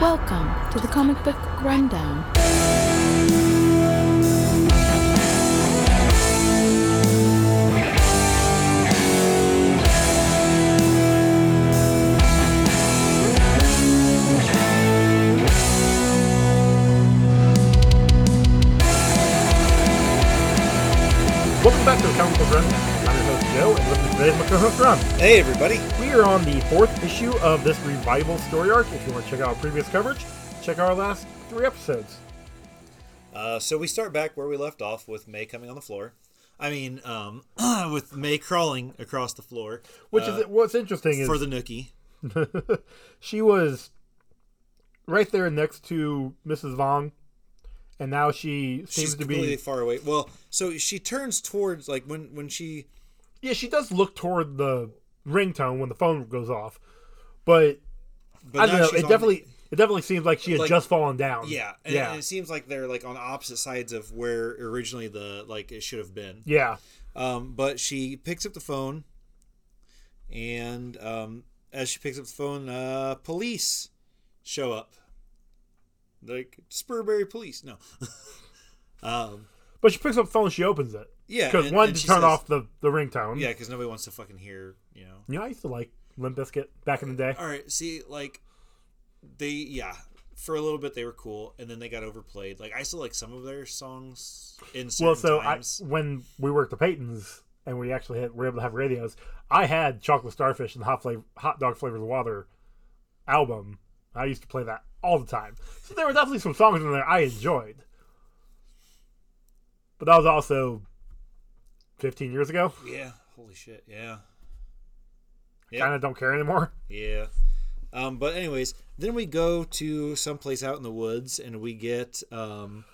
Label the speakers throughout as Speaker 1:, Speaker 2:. Speaker 1: Welcome to the Comic Book Rundown.
Speaker 2: Welcome back to the Comic Book Rundown. I'm your host Joe, and with me today is my co-host Ron.
Speaker 3: Hey, everybody.
Speaker 2: We are on the fourth issue of this revival story arc. If you want to check out our previous coverage, check out our last three episodes.
Speaker 3: Uh, so we start back where we left off with May coming on the floor. I mean, um, with May crawling across the floor uh,
Speaker 2: Which is what's interesting is
Speaker 3: for the Nookie.
Speaker 2: she was right there next to Mrs. Vong, and now she seems
Speaker 3: She's
Speaker 2: to
Speaker 3: completely
Speaker 2: be.
Speaker 3: far away. Well, so she turns towards like when when she
Speaker 2: Yeah, she does look toward the ringtone when the phone goes off, but,
Speaker 3: but
Speaker 2: I
Speaker 3: now
Speaker 2: don't know.
Speaker 3: she's
Speaker 2: It
Speaker 3: on-
Speaker 2: definitely it definitely seems like she had
Speaker 3: Like-
Speaker 2: just fallen down.
Speaker 3: yeah, and,
Speaker 2: yeah,
Speaker 3: and it seems like they're like on opposite sides of where originally the like it should have been.
Speaker 2: yeah.
Speaker 3: Um, but she picks up the phone, and um, as she picks up the phone, uh, police show up. Like Spurberry police. No. um,
Speaker 2: But she picks up the phone, she opens it
Speaker 3: yeah.
Speaker 2: because
Speaker 3: and-
Speaker 2: one
Speaker 3: and
Speaker 2: to
Speaker 3: she
Speaker 2: turn
Speaker 3: says-
Speaker 2: off the the ringtone.
Speaker 3: Yeah, because nobody wants to fucking hear, you know.
Speaker 2: You know, I used to like Limp Bizkit back in the day.
Speaker 3: All right. See, like, they, yeah. For a little bit, they were cool, and then they got overplayed. Like, I still like some of their songs in certain
Speaker 2: Well, so I,
Speaker 3: times.
Speaker 2: when we worked at Peyton's and we actually had, were able to have radios, I had Chocolate Starfish and Hot, flavor, hot Dog Flavored Water album. I used to play that all the time. So there were definitely some songs in there I enjoyed. But that was also 15 years ago.
Speaker 3: yeah. Holy shit. Yeah. Yep.
Speaker 2: Kind of don't care anymore.
Speaker 3: Yeah. Um, but anyways, then we go to someplace out in the woods and we get um,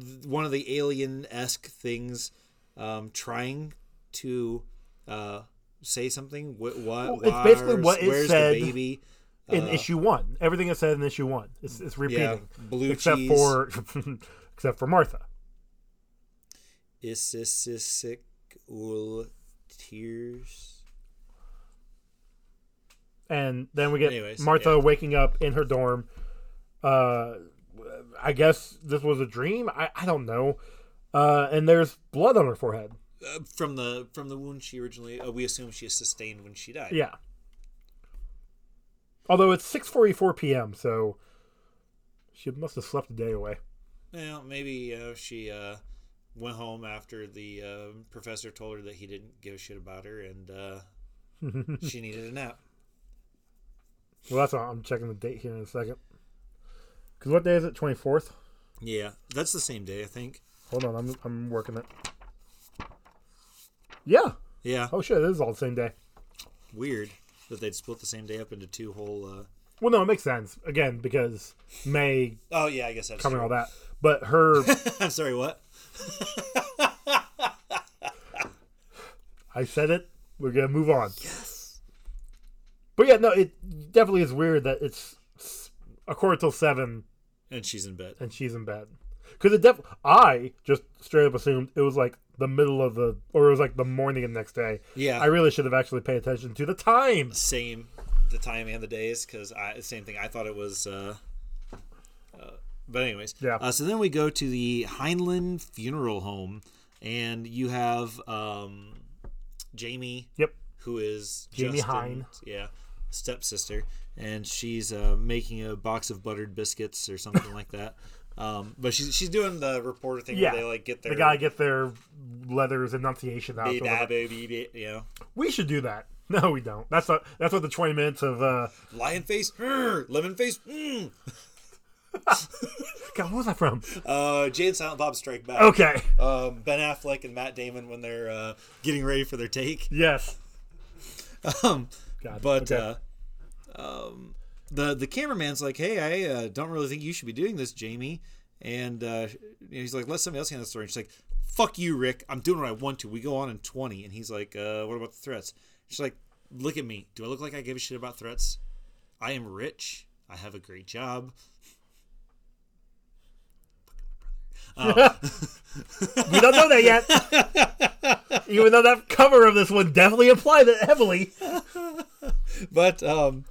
Speaker 3: th- one of the alien esque things um, trying to uh, say something. What?
Speaker 2: Well, it's basically what it
Speaker 3: where's
Speaker 2: said
Speaker 3: the baby?
Speaker 2: In
Speaker 3: Uh,
Speaker 2: issue one, everything it said in issue one, it's, it's repeating,
Speaker 3: blue
Speaker 2: except
Speaker 3: cheese.
Speaker 2: for except for Martha.
Speaker 3: Isisisic ul tears.
Speaker 2: and then we get
Speaker 3: Anyways,
Speaker 2: Martha
Speaker 3: yeah.
Speaker 2: waking up in her dorm. Uh, I guess this was a dream. I, I don't know. Uh, and there's blood on her forehead.
Speaker 3: Uh, from the from the wound she originally uh, we assume she sustained when she died.
Speaker 2: Yeah. Although it's six forty four p.m., so she must have slept a day away.
Speaker 3: Well, maybe you know, she uh, went home after the um professor told her that he didn't give a shit about her, and uh, she needed a nap.
Speaker 2: Well, that's all. I'm checking the date here in a second. Because what day is it? Twenty fourth.
Speaker 3: Yeah, that's the same day, I think.
Speaker 2: Hold on, I'm I'm working it. Yeah.
Speaker 3: Yeah,
Speaker 2: Oh shit, it is all the same day.
Speaker 3: weird that they'd split the same day up into two whole. Uh...
Speaker 2: Well, no, it makes sense again because May
Speaker 3: Oh yeah, I guess that's
Speaker 2: covering all
Speaker 3: true.
Speaker 2: that. But her,
Speaker 3: I'm sorry, what?
Speaker 2: I said it. We're gonna move on. Yes. But yeah, no, it definitely is weird that it's s- a quarter till seven
Speaker 3: And she's in bed.
Speaker 2: and she's in bed. Because it def, I just straight up assumed it was like the middle of the, or it was like the morning of the next day.
Speaker 3: Yeah,
Speaker 2: I really should have actually paid attention to the time.
Speaker 3: same the time and the days because I same thing. I thought it was. Uh, uh, but anyways,
Speaker 2: Yeah.
Speaker 3: Uh, so then we go to the Heinlein Funeral Home, and you have um, Jamie,
Speaker 2: Yep.
Speaker 3: who is
Speaker 2: Jamie
Speaker 3: Justin-
Speaker 2: Hine.
Speaker 3: yeah, stepsister, and she's uh, making a box of buttered biscuits or something like that. Um, but she's she's doing the reporter thing
Speaker 2: Yeah.
Speaker 3: where they like get their
Speaker 2: They gotta get their leathers enunciation out. or
Speaker 3: baby,
Speaker 2: whatever.
Speaker 3: baby, baby, you know,
Speaker 2: We should do that. No, we don't. That's what. That's what the twenty minutes of. uh
Speaker 3: lion face, "Rrr," lemon face. Mm.
Speaker 2: God, what was that from?
Speaker 3: Uh, Jay and Silent Bob Strike Back.
Speaker 2: Okay.
Speaker 3: um, Ben Affleck and Matt Damon when they're uh, getting ready for their take.
Speaker 2: Yes.
Speaker 3: Um,
Speaker 2: God.
Speaker 3: but
Speaker 2: okay.
Speaker 3: uh, um, the the cameraman's like, "Hey, I uh, don't really think you should be doing this, Jamie." And uh, he's like, "Let somebody else handle the story." And she's like, "Fuck you, Rick. I'm doing what I want to." We go on in twenty, and he's like, uh, "What about the threats?" She's like, "Look at me. Do I look like I give a shit about threats? I am rich. I have a great job."
Speaker 2: We don't know that yet. Even though that cover of this one definitely implied it heavily.
Speaker 3: But um,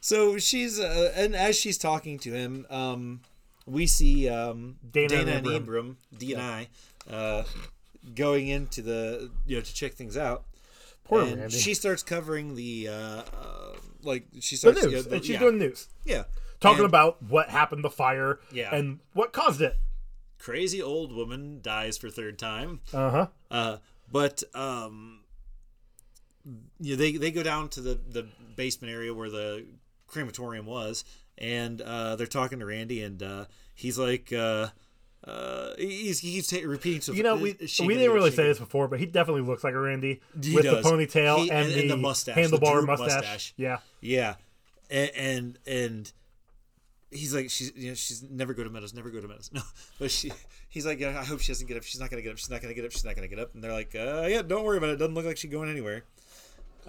Speaker 3: So she's uh, and as she's talking to him, um, we see um,
Speaker 2: Dana
Speaker 3: Dana,
Speaker 2: and
Speaker 3: and
Speaker 2: Ibram.
Speaker 3: Ibram, D and I, uh, going into the you know to check things out.
Speaker 2: Poor
Speaker 3: and
Speaker 2: Randy.
Speaker 3: she starts covering the uh, uh, like she
Speaker 2: The
Speaker 3: starts
Speaker 2: news.
Speaker 3: you know, the-
Speaker 2: and she's
Speaker 3: yeah,
Speaker 2: doing news.
Speaker 3: yeah
Speaker 2: Talking
Speaker 3: And
Speaker 2: about what happened, the fire,
Speaker 3: Yeah.
Speaker 2: and what caused it.
Speaker 3: crazy old woman dies for third time.
Speaker 2: Uh huh.
Speaker 3: Uh, but um, you know, they they go down to the the basement area where the crematorium was, and uh, they're talking to Randy, and uh, he's like. Uh, uh, he's, he keeps ta- repeating. stuff.
Speaker 2: You know, we
Speaker 3: Is she
Speaker 2: we
Speaker 3: gonna
Speaker 2: didn't
Speaker 3: do it?
Speaker 2: really
Speaker 3: She
Speaker 2: say
Speaker 3: gonna-
Speaker 2: this before, but he definitely looks like a Randy
Speaker 3: He
Speaker 2: with
Speaker 3: does.
Speaker 2: the ponytail
Speaker 3: He-
Speaker 2: and,
Speaker 3: and-
Speaker 2: the,
Speaker 3: and the mustache, the
Speaker 2: handlebar
Speaker 3: droop
Speaker 2: mustache.
Speaker 3: mustache.
Speaker 2: Yeah,
Speaker 3: Yeah, and and, and he's like, she's you know, she's never go to Meadows, never go to Meadows. No, but she, he's like, I hope she doesn't get up. She's not gonna get up. She's not gonna get up. She's not gonna get up. And they're like, uh, yeah, don't worry about it. Doesn't look like she's going anywhere.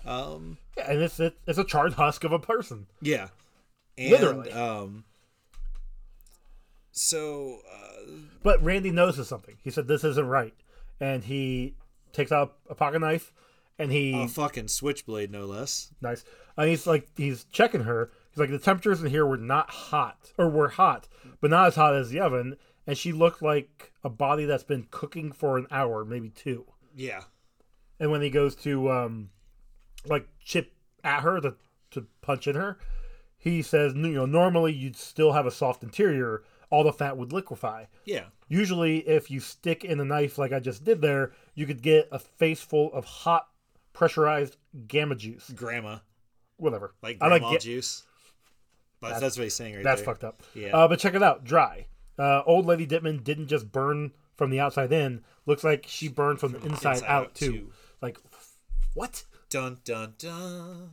Speaker 3: Um,
Speaker 2: Yeah, and it's it's it's a charred husk of a person.
Speaker 3: Yeah. And,
Speaker 2: Literally.
Speaker 3: Um, so, uh,
Speaker 2: But Randy notices something. He said this isn't right, and he takes out a pocket knife, and he
Speaker 3: a fucking switchblade, no less.
Speaker 2: nice. And he's like he's checking her. He's like the temperatures in here were not hot, or were hot, but not as hot as the oven. And she looked like a body that's been cooking for an hour, maybe two.
Speaker 3: Yeah.
Speaker 2: And when he goes to um, like chip at her to to punch at her, he says, you know, normally you'd still have a soft interior. All the fat would liquefy.
Speaker 3: Yeah.
Speaker 2: Usually, if you stick in a knife like I just did there, you could get a face full of hot, pressurized gamma juice.
Speaker 3: Grandma.
Speaker 2: Whatever.
Speaker 3: Like
Speaker 2: I
Speaker 3: grandma
Speaker 2: ga-
Speaker 3: juice. But that's, what he's saying right
Speaker 2: That's
Speaker 3: there.
Speaker 2: fucked up.
Speaker 3: Yeah.
Speaker 2: Uh, but check it out. Dry. Uh, old Lady Dittman didn't just burn from the outside in. Looks like she burned from the inside,
Speaker 3: inside
Speaker 2: out,
Speaker 3: out,
Speaker 2: too.
Speaker 3: too.
Speaker 2: Like, what?
Speaker 3: Dun, dun, dun.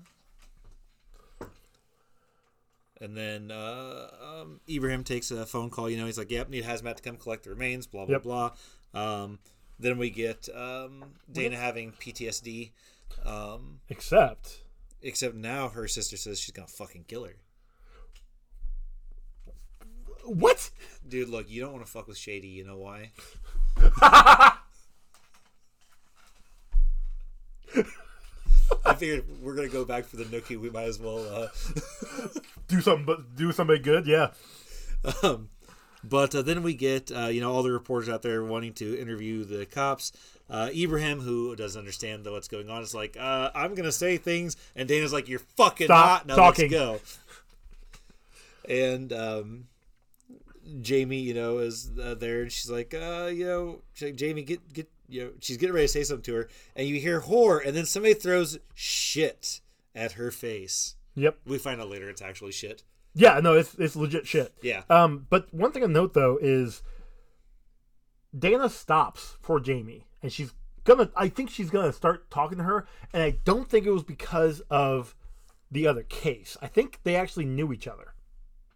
Speaker 3: And then uh, um, Ibrahim takes a phone call. You know, he's like, yep, need hazmat to come collect the remains, blah, blah,
Speaker 2: Yep.
Speaker 3: blah. Um, then we get um, Dana having PTSD. Um,
Speaker 2: Except,
Speaker 3: Except now her sister says she's gonna fucking kill her.
Speaker 2: what?
Speaker 3: Dude, look, you don't want to fuck with Shady. You know why? I figured we're gonna go back for the nookie. We might as well.
Speaker 2: Do something, but do somebody good? Yeah.
Speaker 3: Uh, um, but uh, then we get uh, you know all the reporters out there wanting to interview the cops. Uh, Ibrahim, who doesn't understand what's going on, is like, uh, "I'm gonna say things," and Dana's like, "You're fucking
Speaker 2: Stop
Speaker 3: not. Now
Speaker 2: talking."
Speaker 3: let's go." And um, Jamie, you know, is uh, there, and she's like, uh, you know, she's like, Jamie, get, get, you know, she's getting ready to say something to her, and you hear whore, and then somebody throws shit at her face.
Speaker 2: Yep.
Speaker 3: We find out later it's actually shit.
Speaker 2: Yeah, no, it's, it's legit shit.
Speaker 3: Yeah.
Speaker 2: Um, but one thing to note though is Dana stops for Jamie, and she's gonna. I think she's gonna start talking to her, and I don't think it was because of the other case. I think they actually knew each other.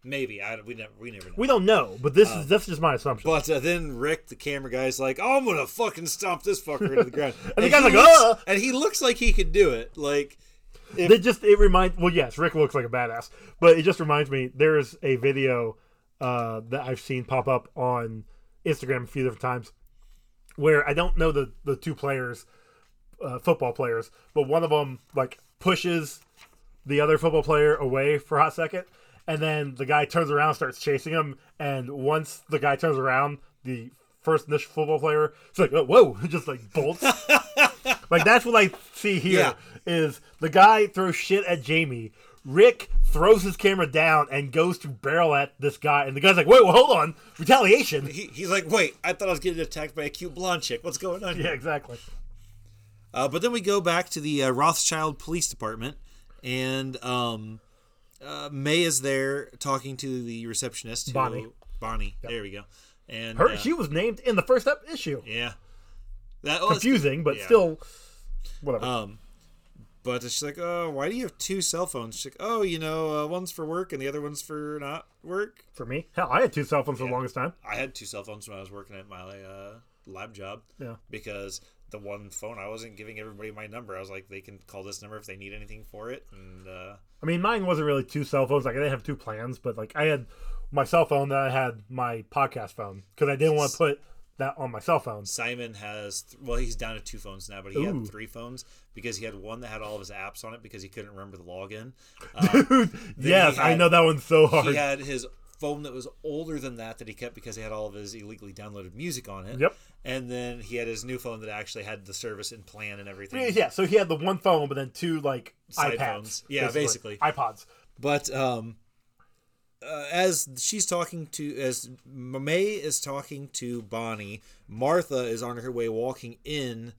Speaker 3: Maybe I we never we never know.
Speaker 2: We don't know, but this is that's just my assumption.
Speaker 3: but uh, then Rick, the camera guy, is like, "Oh, "I'm gonna fucking stomp this fucker into the ground," and,
Speaker 2: the guy's
Speaker 3: he
Speaker 2: like, "Uh."
Speaker 3: looks-
Speaker 2: "Ugh."
Speaker 3: and he looks like he could do it. Like,
Speaker 2: They just it reminds. Well, yes, Rick looks like a badass, but it just reminds me there's a video uh, that I've seen pop up on Instagram a few different times where I don't know the the two players, uh, football players, but one of them like pushes the other football player away for a hot second, and then the guy turns around, and starts chasing him, and once the guy turns around, the first initial football player is like, oh, "Whoa!" just like bolts. like that's what I see here is the guy throws shit at Jamie. Rick throws his camera down and goes to barrel at this guy, and the guy's like, "Wait, well, hold on, retaliation."
Speaker 3: he, he's like, "Wait, I thought I was getting attacked by a cute blonde chick. What's going on?" here?"
Speaker 2: Yeah, exactly.
Speaker 3: Uh, but then we go back to the uh, Rothschild Police Department, and um, uh, May is there talking to the receptionist. who-
Speaker 2: Bonnie.
Speaker 3: Bonnie. There we go. And
Speaker 2: Her,
Speaker 3: uh,
Speaker 2: she was named in the first up issue.
Speaker 3: yeah. That was
Speaker 2: Confusing, but
Speaker 3: yeah.
Speaker 2: still, whatever.
Speaker 3: Um, but she's like, "Oh, why do you have two cell phones?" She's like, "Oh, you know, uh, one's for work and the other one's for not work."
Speaker 2: for me, hell, I had two cell phones for the longest time.
Speaker 3: I had two cell phones when I was working at my uh, lab job.
Speaker 2: Yeah.
Speaker 3: Because the one phone I wasn't giving everybody my number. I was like, they can call this number if they need anything for it, and. Uh,
Speaker 2: I mean, mine wasn't really two cell phones. Like I didn't have two plans, but like I had my cell phone, then I had my podcast phone because I didn't want to put that on my cell phone.
Speaker 3: Simon has th- well, he's down to two phones now, but he
Speaker 2: Ooh.
Speaker 3: had three phones because he had one that had all of his apps on it because he couldn't remember the login. Um, he
Speaker 2: yes, I
Speaker 3: had-
Speaker 2: know that one's so hard.
Speaker 3: he had his phone that was older than that that he kept because he had all of his illegally downloaded music on it.
Speaker 2: Yep.
Speaker 3: And then he had his new phone that actually had the service and plan and everything.
Speaker 2: Yeah, yeah, so he had the one phone, but then two like
Speaker 3: Side
Speaker 2: iPads.
Speaker 3: phones. Yeah, basically.
Speaker 2: iPods.
Speaker 3: But um, uh, as she's talking to, as May is talking to Bonnie, Martha is on her way walking in,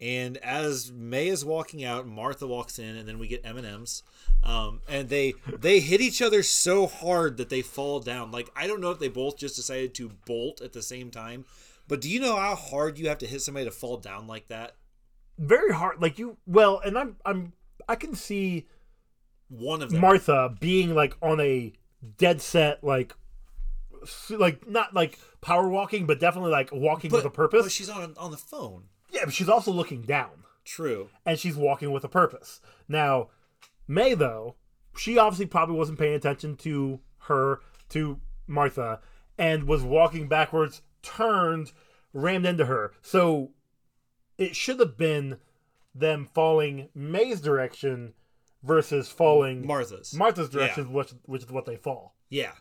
Speaker 3: and as May is walking out, Martha walks in, and then we get M and M's. Um, and they they hit each other so hard that they fall down. Like I don't know if they both just decided to bolt at the same time, but do you know how hard you have to hit somebody to fall down like that?
Speaker 2: Very hard. Like you. Well, and I'm I'm I can see
Speaker 3: One of them.
Speaker 2: Martha being like on a dead set like s- like not like power walking, but definitely like walking
Speaker 3: but,
Speaker 2: with a purpose.
Speaker 3: but she's on on the phone.
Speaker 2: yeah, but she's also looking down.
Speaker 3: True.
Speaker 2: and she's walking with a purpose. Now, May though, she obviously probably wasn't paying attention to her to Martha and was walking backwards, turned, rammed into her. So it should have been them falling May's direction versus falling
Speaker 3: Martha's.
Speaker 2: Martha's
Speaker 3: Yeah.
Speaker 2: direction, which which is what they fall.
Speaker 3: Yeah.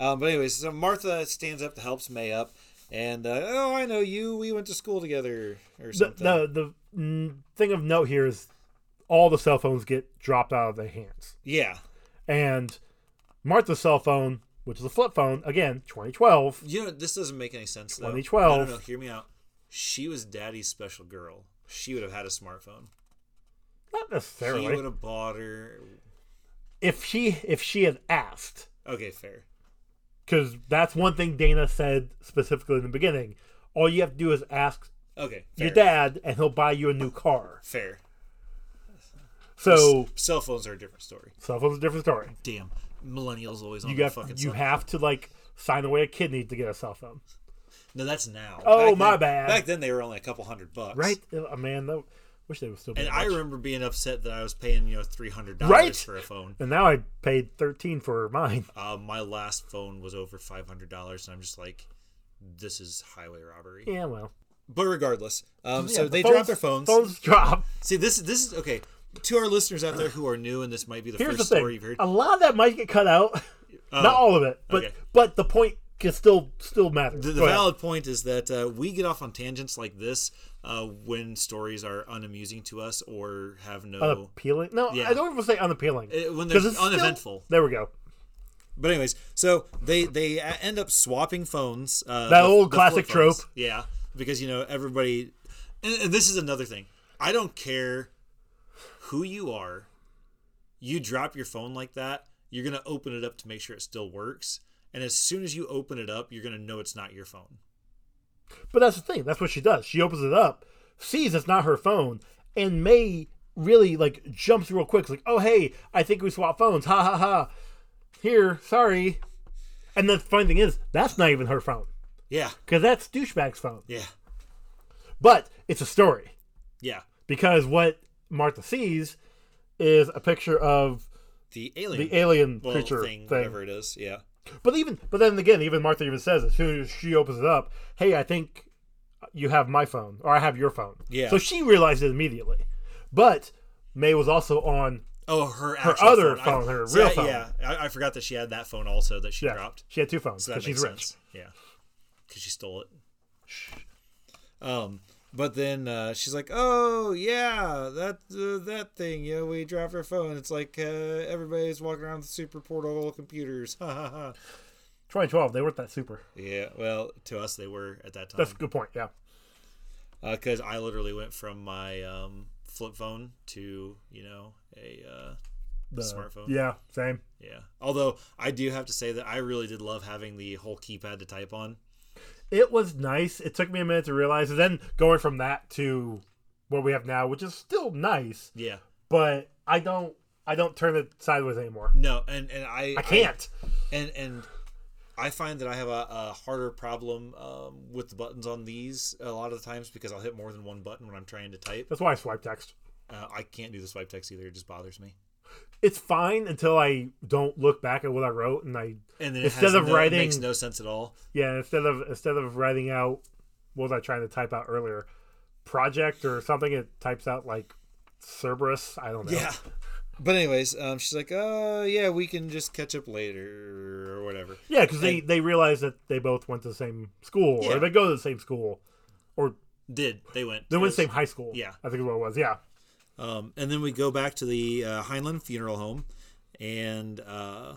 Speaker 3: Um, but anyways, so Martha stands up to helps May up, and uh, oh, I know you. We went to school together or
Speaker 2: The,
Speaker 3: something.
Speaker 2: the the mm, thing of note here is all the cell phones get dropped out of their hands.
Speaker 3: Yeah.
Speaker 2: and Martha's cell phone, which is a flip phone, again, 2012.
Speaker 3: You know this doesn't make any sense. Though.
Speaker 2: 2012.
Speaker 3: No, no, no. Hear me out. She was Daddy's special girl. She would have had a smartphone.
Speaker 2: Not
Speaker 3: He would
Speaker 2: necessarily.
Speaker 3: have bought her.
Speaker 2: If she if she had asked,
Speaker 3: Okay, fair.
Speaker 2: because that's one thing Dana said specifically in the beginning. All you have to do is ask
Speaker 3: Okay, fair.
Speaker 2: your dad, and he'll buy you a new car.
Speaker 3: Fair.
Speaker 2: So
Speaker 3: S- cell phones are a different story.
Speaker 2: cell phone's a different story.
Speaker 3: Damn, millennials always on
Speaker 2: You
Speaker 3: their
Speaker 2: have
Speaker 3: fucking.
Speaker 2: you
Speaker 3: cell-
Speaker 2: have to like sign away a kidney to get a cell phone,
Speaker 3: no, that's now.
Speaker 2: Oh,
Speaker 3: Back
Speaker 2: my
Speaker 3: then-
Speaker 2: bad.
Speaker 3: Back then they were only a couple hundred bucks.
Speaker 2: right? Uh, man, that, wish they would still. Be
Speaker 3: And I remember being upset that I was paying you know three hundred dollars
Speaker 2: Right?
Speaker 3: for a phone.
Speaker 2: and now I paid thirteen for mine.
Speaker 3: Uh, my last phone was over five hundred dollars, and I'm just like, this is highway robbery.
Speaker 2: Yeah, well.
Speaker 3: But regardless, um, so
Speaker 2: Yeah,
Speaker 3: they
Speaker 2: phones-
Speaker 3: dropped their phones.
Speaker 2: Phones drop.
Speaker 3: See, this is this is okay to our listeners out there who are new, and this might be the
Speaker 2: Here's the
Speaker 3: first
Speaker 2: thing: Um,
Speaker 3: story you've heard.
Speaker 2: a lot of that might get cut out, not all of it, but
Speaker 3: okay.
Speaker 2: but the point can still still matter.
Speaker 3: The, the
Speaker 2: Go ahead.
Speaker 3: valid point is that uh, we get off on tangents like this uh, when stories are unamusing to us or have no.
Speaker 2: unappealing? No,
Speaker 3: Yeah.
Speaker 2: I don't even say unappealing.
Speaker 3: Uh, when
Speaker 2: 'Cause
Speaker 3: they're
Speaker 2: it's still-
Speaker 3: uneventful.
Speaker 2: there we go.
Speaker 3: But anyways, so they they a- end up swapping phones. Uh,
Speaker 2: That old classic
Speaker 3: flip phones.
Speaker 2: trope.
Speaker 3: Yeah, because you know everybody. And, and this is another thing. I don't care who you are. You drop your phone like that, you're gonna open it up to make sure it still works. And as soon as you open it up, you're gonna know it's not your phone.
Speaker 2: But that's the thing. That's what she does. She opens it up, sees it's not her phone, and May really like jumps real quick. It's like, oh hey, I think we swapped phones. Ha ha ha. Here, sorry. And the funny thing is, that's not even her phone
Speaker 3: Yeah,
Speaker 2: because that's douchebag's phone.
Speaker 3: yeah,
Speaker 2: But it's a story.
Speaker 3: yeah.
Speaker 2: because what Martha sees is a picture of
Speaker 3: The alien,
Speaker 2: the alien
Speaker 3: well,
Speaker 2: creature
Speaker 3: thing,
Speaker 2: thing.
Speaker 3: whatever it is. Yeah,
Speaker 2: But even but then again, even Martha even says as soon as she opens it up, "Hey, I think you have my phone, or I have your phone."
Speaker 3: Yeah.
Speaker 2: So she realized it immediately. But May was also on.
Speaker 3: Oh, her actual
Speaker 2: other
Speaker 3: I-
Speaker 2: phone, her
Speaker 3: so
Speaker 2: real
Speaker 3: I-
Speaker 2: phone.
Speaker 3: Yeah, I, I forgot that she had that phone also that she
Speaker 2: Yeah,
Speaker 3: dropped.
Speaker 2: she had two phones
Speaker 3: So
Speaker 2: because
Speaker 3: that makes
Speaker 2: she's rich.
Speaker 3: sense. Yeah, because she stole it. Um, but then uh, she's like, "Oh yeah, that uh, that thing. You know, we dropped our phone. It's like uh, everybody's walking around with super portable computers." Ha, ha, ha.
Speaker 2: 2012, they weren't that super.
Speaker 3: yeah. Well, to us, they were at that time
Speaker 2: That's a good point. Yeah.
Speaker 3: because I literally went from my um, flip phone to you know a uh,
Speaker 2: The-
Speaker 3: smartphone.
Speaker 2: Yeah. Same.
Speaker 3: yeah. Although I do have to say that I really did love having the whole keypad to type on.
Speaker 2: It was nice. It took me a minute to realize, and then going from that to what we have now, which is still nice,
Speaker 3: Yeah.
Speaker 2: but I don't I don't turn it sideways anymore.
Speaker 3: No, and and I
Speaker 2: I can't.
Speaker 3: and and I find that I have a, a harder problem um, with the buttons on these a lot of the times because I'll hit more than one button when I'm trying to type.
Speaker 2: That's why I swipe text.
Speaker 3: Uh, I can't do the swipe text either; it just bothers me.
Speaker 2: It's fine until I don't look back at what I wrote and I
Speaker 3: And then
Speaker 2: Instead
Speaker 3: it has
Speaker 2: of
Speaker 3: no, it
Speaker 2: writing-
Speaker 3: makes no sense at all.
Speaker 2: yeah, instead of instead of writing out what was I trying to type out earlier? Project or something. It types out like Cerberus. I don't know.
Speaker 3: Yeah. Oh. But anyways, um, she's like, "Oh yeah, we can just catch up later or whatever."
Speaker 2: Yeah, because they they realize that they both went to the same school,
Speaker 3: Yeah.
Speaker 2: or they go to the same school, or
Speaker 3: Did they went?
Speaker 2: they went to the same
Speaker 3: Yes.
Speaker 2: high school.
Speaker 3: yeah.
Speaker 2: I think is what it was. Yeah,
Speaker 3: Um, and then we go back to the uh, Heinlein funeral home, and uh,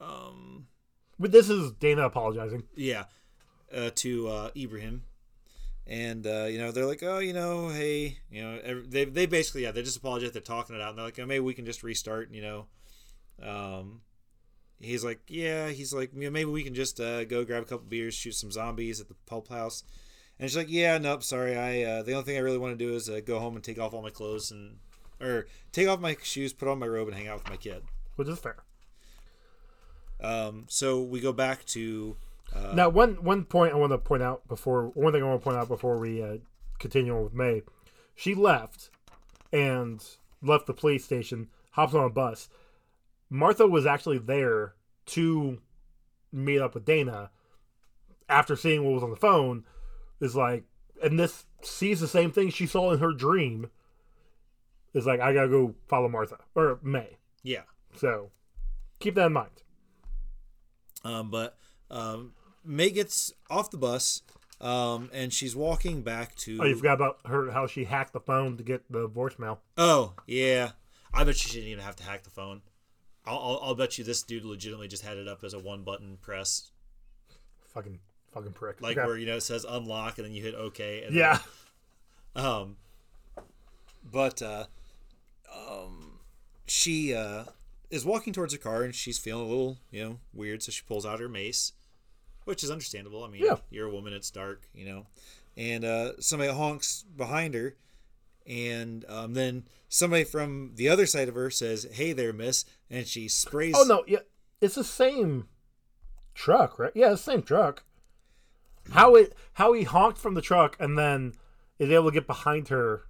Speaker 3: um,
Speaker 2: but this is Dana apologizing.
Speaker 3: yeah, uh, to uh, Ibrahim, and uh, you know they're like, "Oh, you know, hey, you know," ev- they they basically yeah they just apologize. They're talking it out, and they're like, oh, "Maybe we can just restart," you know. Um, he's like, "Yeah," he's like, "You know, maybe we can just uh, go grab a couple beers, shoot some zombies at the pulp house." And she's like, "Yeah, nope, sorry. I uh, the only thing I really want to do is uh, go home and take off all my clothes and or take off my shoes, put on my robe, and hang out with my kid."
Speaker 2: which is fair.
Speaker 3: Um, so we go back to
Speaker 2: now, one one point I want to point out before one thing I want to point out before we uh, continue on with May, she left and left the police station, hops on a bus. Martha was actually there to meet up with Dana after seeing what was on the phone. Is like, and this sees the same thing she saw in her dream. Is like, I gotta go follow Martha or May.
Speaker 3: yeah.
Speaker 2: So keep that in mind.
Speaker 3: Um, but um, May gets off the bus um, and she's walking back to.
Speaker 2: Oh, you forgot about her how she hacked the phone to get the voicemail.
Speaker 3: Oh, yeah. I bet she didn't even have to hack the phone. I'll, I'll, I'll bet you this dude legitimately just had it up as a one button press,
Speaker 2: Fucking fucking prick.
Speaker 3: like
Speaker 2: Okay.
Speaker 3: where you know it says unlock and then you hit OK. And then-
Speaker 2: yeah,
Speaker 3: um, but uh, um, she uh, is walking towards her car and she's feeling a little you know weird, so she pulls out her mace, which is understandable. I mean,
Speaker 2: Yeah.
Speaker 3: you're a woman; it's dark, you know. And uh, somebody honks behind her, and um, then somebody from the other side of her says, "Hey there, miss," and she sprays.
Speaker 2: Oh no, yeah, it's the same truck, right? Yeah, it's the same truck. How it how he honked from the truck and then is able to get behind her,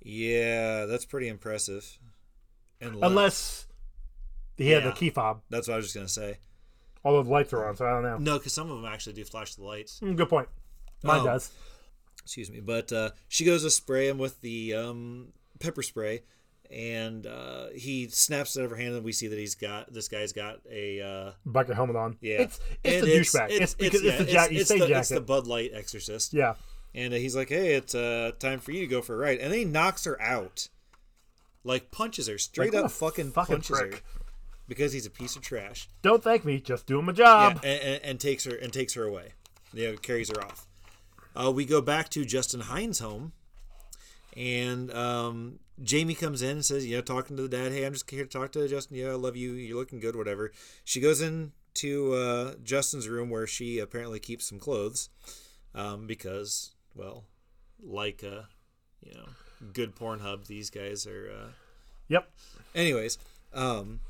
Speaker 3: Yeah, that's pretty impressive. And left.
Speaker 2: unless he had
Speaker 3: Yeah.
Speaker 2: the key fob.
Speaker 3: that's what I was just gonna say.
Speaker 2: Although the lights are on, so I don't know.
Speaker 3: No, because some of them actually do flash the lights.
Speaker 2: Mm, good point. Mine
Speaker 3: Oh.
Speaker 2: does.
Speaker 3: excuse me but uh, she goes to spray him with the um, pepper spray and uh, he snaps it out of her hand and we see that he's got this guy's got a uh,
Speaker 2: Bucket helmet on.
Speaker 3: yeah
Speaker 2: it's it's
Speaker 3: And
Speaker 2: the douchebag. It's because
Speaker 3: yeah,
Speaker 2: it's the jack. You
Speaker 3: it's
Speaker 2: say
Speaker 3: the- it's the
Speaker 2: jacket.
Speaker 3: bud light exorcist
Speaker 2: Yeah,
Speaker 3: and uh, he's like hey it's uh, time for you to go for a ride and then he knocks her out like punches her straight
Speaker 2: what
Speaker 3: up
Speaker 2: a
Speaker 3: fucking,
Speaker 2: fucking
Speaker 3: punches her
Speaker 2: prick.
Speaker 3: because he's a piece of trash
Speaker 2: don't thank me. Just doing my job.
Speaker 3: yeah, and, and, and takes her and takes her away. You know, carries her off. Uh, we go back to Justin Hines' home, and um, Jamie comes in and says, "You know, talking to the dad. Hey, I'm just here to talk to Justin. Yeah, I love you. You're looking good. Whatever." She goes in to uh, Justin's room where she apparently keeps some clothes, um, because well, like uh, you know, good Pornhub, these guys are. Uh,
Speaker 2: Yep.
Speaker 3: Anyways, um,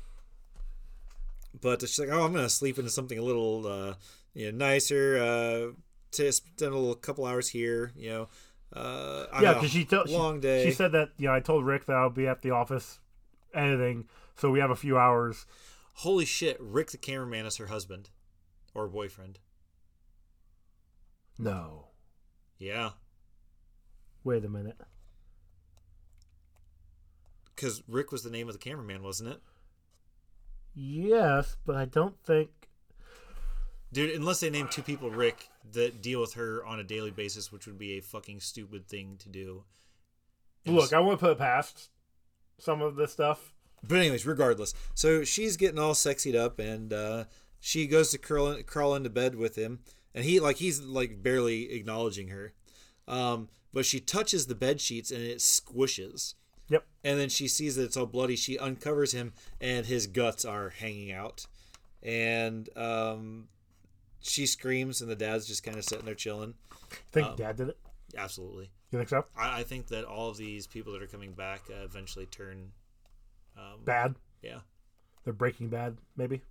Speaker 3: but she's like, "Oh, I'm gonna sleep into something a little, uh, you know, nicer. Uh, to spend a little couple hours here, you know. Uh, I've
Speaker 2: Yeah,
Speaker 3: got a
Speaker 2: because she told
Speaker 3: long
Speaker 2: she,
Speaker 3: day.
Speaker 2: She said that you know I told Rick that I'll be at the office editing, so we have a few hours.
Speaker 3: Holy shit! Rick the cameraman is her husband or boyfriend.
Speaker 2: No,
Speaker 3: Yeah,
Speaker 2: wait a minute.
Speaker 3: because Rick was the name of the cameraman, wasn't it?
Speaker 2: Yes, but I don't think.
Speaker 3: Dude, unless they name two people Rick that deal with her on a daily basis, which would be a fucking stupid thing to do. And
Speaker 2: Look, I want to put past some of this stuff.
Speaker 3: But anyways, regardless, so she's getting all sexied up, and uh, she goes to curl in, crawl into bed with him, and he like he's like barely acknowledging her, um, but she touches the bed sheets and it squishes,
Speaker 2: Yep.
Speaker 3: and then she sees that it's all bloody. She uncovers him, and his guts are hanging out, and um, she screams, and the dad's just kind of sitting there chilling.
Speaker 2: Think
Speaker 3: Oh.
Speaker 2: Dad did it.
Speaker 3: Absolutely,
Speaker 2: You think so?
Speaker 3: I, I think that all of these people that are coming back uh, eventually turn. Um,
Speaker 2: Bad.
Speaker 3: yeah.
Speaker 2: They're Breaking Bad, maybe.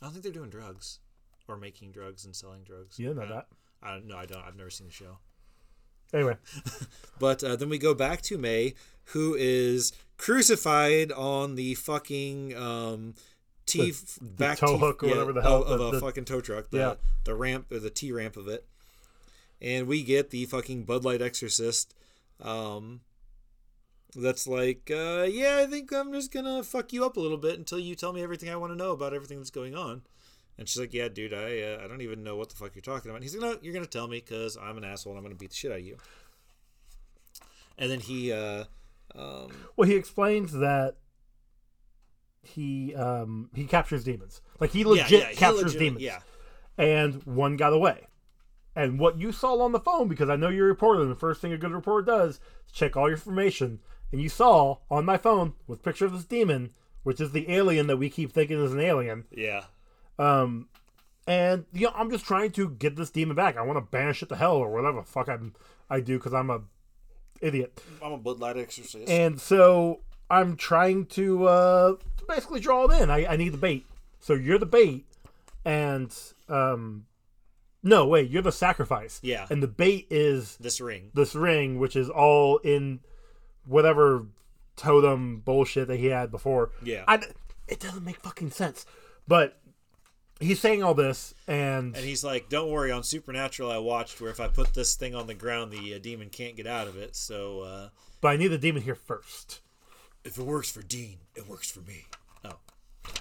Speaker 3: I don't think they're doing drugs or making drugs and selling drugs.
Speaker 2: You didn't know
Speaker 3: I don't-
Speaker 2: that.
Speaker 3: I don't, no, I don't. I've never seen the show.
Speaker 2: Anyway,
Speaker 3: But uh, then we go back to May, who is crucified on the fucking um, T back
Speaker 2: tow
Speaker 3: T-
Speaker 2: hook or
Speaker 3: yeah,
Speaker 2: whatever the hell,
Speaker 3: of, of
Speaker 2: the-
Speaker 3: a
Speaker 2: the-
Speaker 3: fucking tow truck. The,
Speaker 2: yeah.
Speaker 3: the ramp or the T ramp of it, and we get the fucking Bud Light Exorcist. Um, that's like, uh, yeah, I think I'm just gonna fuck you up a little bit until you tell me everything I want to know about everything that's going on. And she's like, yeah, dude, I uh, I don't even know what the fuck you're talking about. And he's like, no, you're gonna tell me because I'm an asshole and I'm gonna beat the shit out of you. And then he, uh, um,
Speaker 2: Well, he explains that he um he captures demons. Like he legit
Speaker 3: yeah, yeah, he
Speaker 2: captures
Speaker 3: legit-
Speaker 2: demons.
Speaker 3: Yeah,
Speaker 2: And one got away. And what you saw on the phone, because I know you're a reporter, and the first thing a good reporter does is check all your information. And you saw on my phone with picture of this demon, which is the alien that we keep thinking is an alien.
Speaker 3: yeah.
Speaker 2: Um, and you know, I'm just trying to get this demon back. I want to banish it to hell or whatever the fuck I'm I do because I'm a idiot.
Speaker 3: I'm a Bud Light Exorcist.
Speaker 2: And so I'm trying to uh, to basically draw it in. I, I need the bait. So you're the bait, and um, no wait, you're the sacrifice.
Speaker 3: Yeah.
Speaker 2: And the bait is
Speaker 3: this ring.
Speaker 2: this ring, which is all in whatever totem bullshit that he had before.
Speaker 3: Yeah.
Speaker 2: I d it doesn't make fucking sense. But he's saying all this, and,
Speaker 3: And he's like, "Don't worry, on Supernatural, I watched where if I put this thing on the ground, the uh, demon can't get out of it. So uh,
Speaker 2: but I need the demon here first.
Speaker 3: if it works for Dean, it works for me." Oh,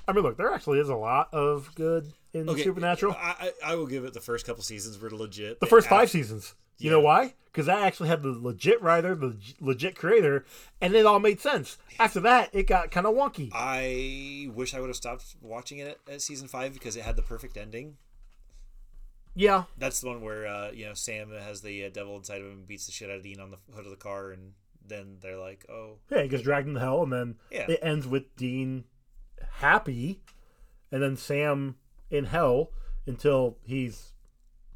Speaker 2: I mean, look, there actually is a lot of good in
Speaker 3: okay. uh,
Speaker 2: Supernatural.
Speaker 3: I, I I will give it the first couple seasons were legit.
Speaker 2: the first five seasons. You know why? Because that actually had the legit writer, the leg- legit creator, and it all made sense. After that, it got kind of wonky.
Speaker 3: Uh, I wish I would have stopped watching it at, at season five because it had the perfect ending.
Speaker 2: Yeah,
Speaker 3: That's the one where uh, you know Sam has the uh, devil inside of him and beats the shit out of Dean on the hood of the car, and then they're like, "Oh,
Speaker 2: yeah, he gets dragged into hell, and then
Speaker 3: Yeah.
Speaker 2: it ends with Dean happy, and then Sam in hell until he's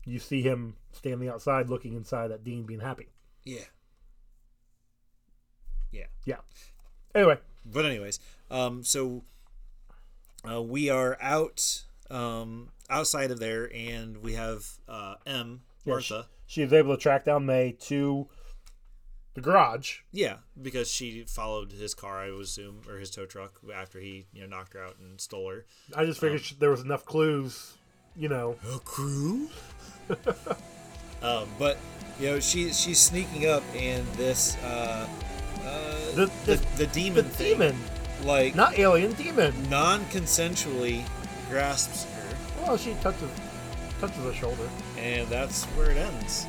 Speaker 2: you see him standing outside looking inside at Dean being happy.
Speaker 3: yeah, yeah."
Speaker 2: Yeah. Anyway,
Speaker 3: but anyways, um, so uh, we are out um, outside of there, and we have uh, M
Speaker 2: yeah, she,
Speaker 3: Martha.
Speaker 2: she was able to track down May to the garage.
Speaker 3: Yeah, because she followed his car, I would assume, or his tow truck after he you know knocked her out and stole her.
Speaker 2: I just figured sh there was enough clues, you know.
Speaker 3: A crew. um, but you know she she's sneaking up, and this uh, uh,
Speaker 2: The-
Speaker 3: the, the,
Speaker 2: the- The
Speaker 3: demon thing,
Speaker 2: demon,
Speaker 3: like
Speaker 2: not alien, demon.
Speaker 3: non-consensually grasps her,
Speaker 2: Well, she touches touches her shoulder.
Speaker 3: and that's where it ends.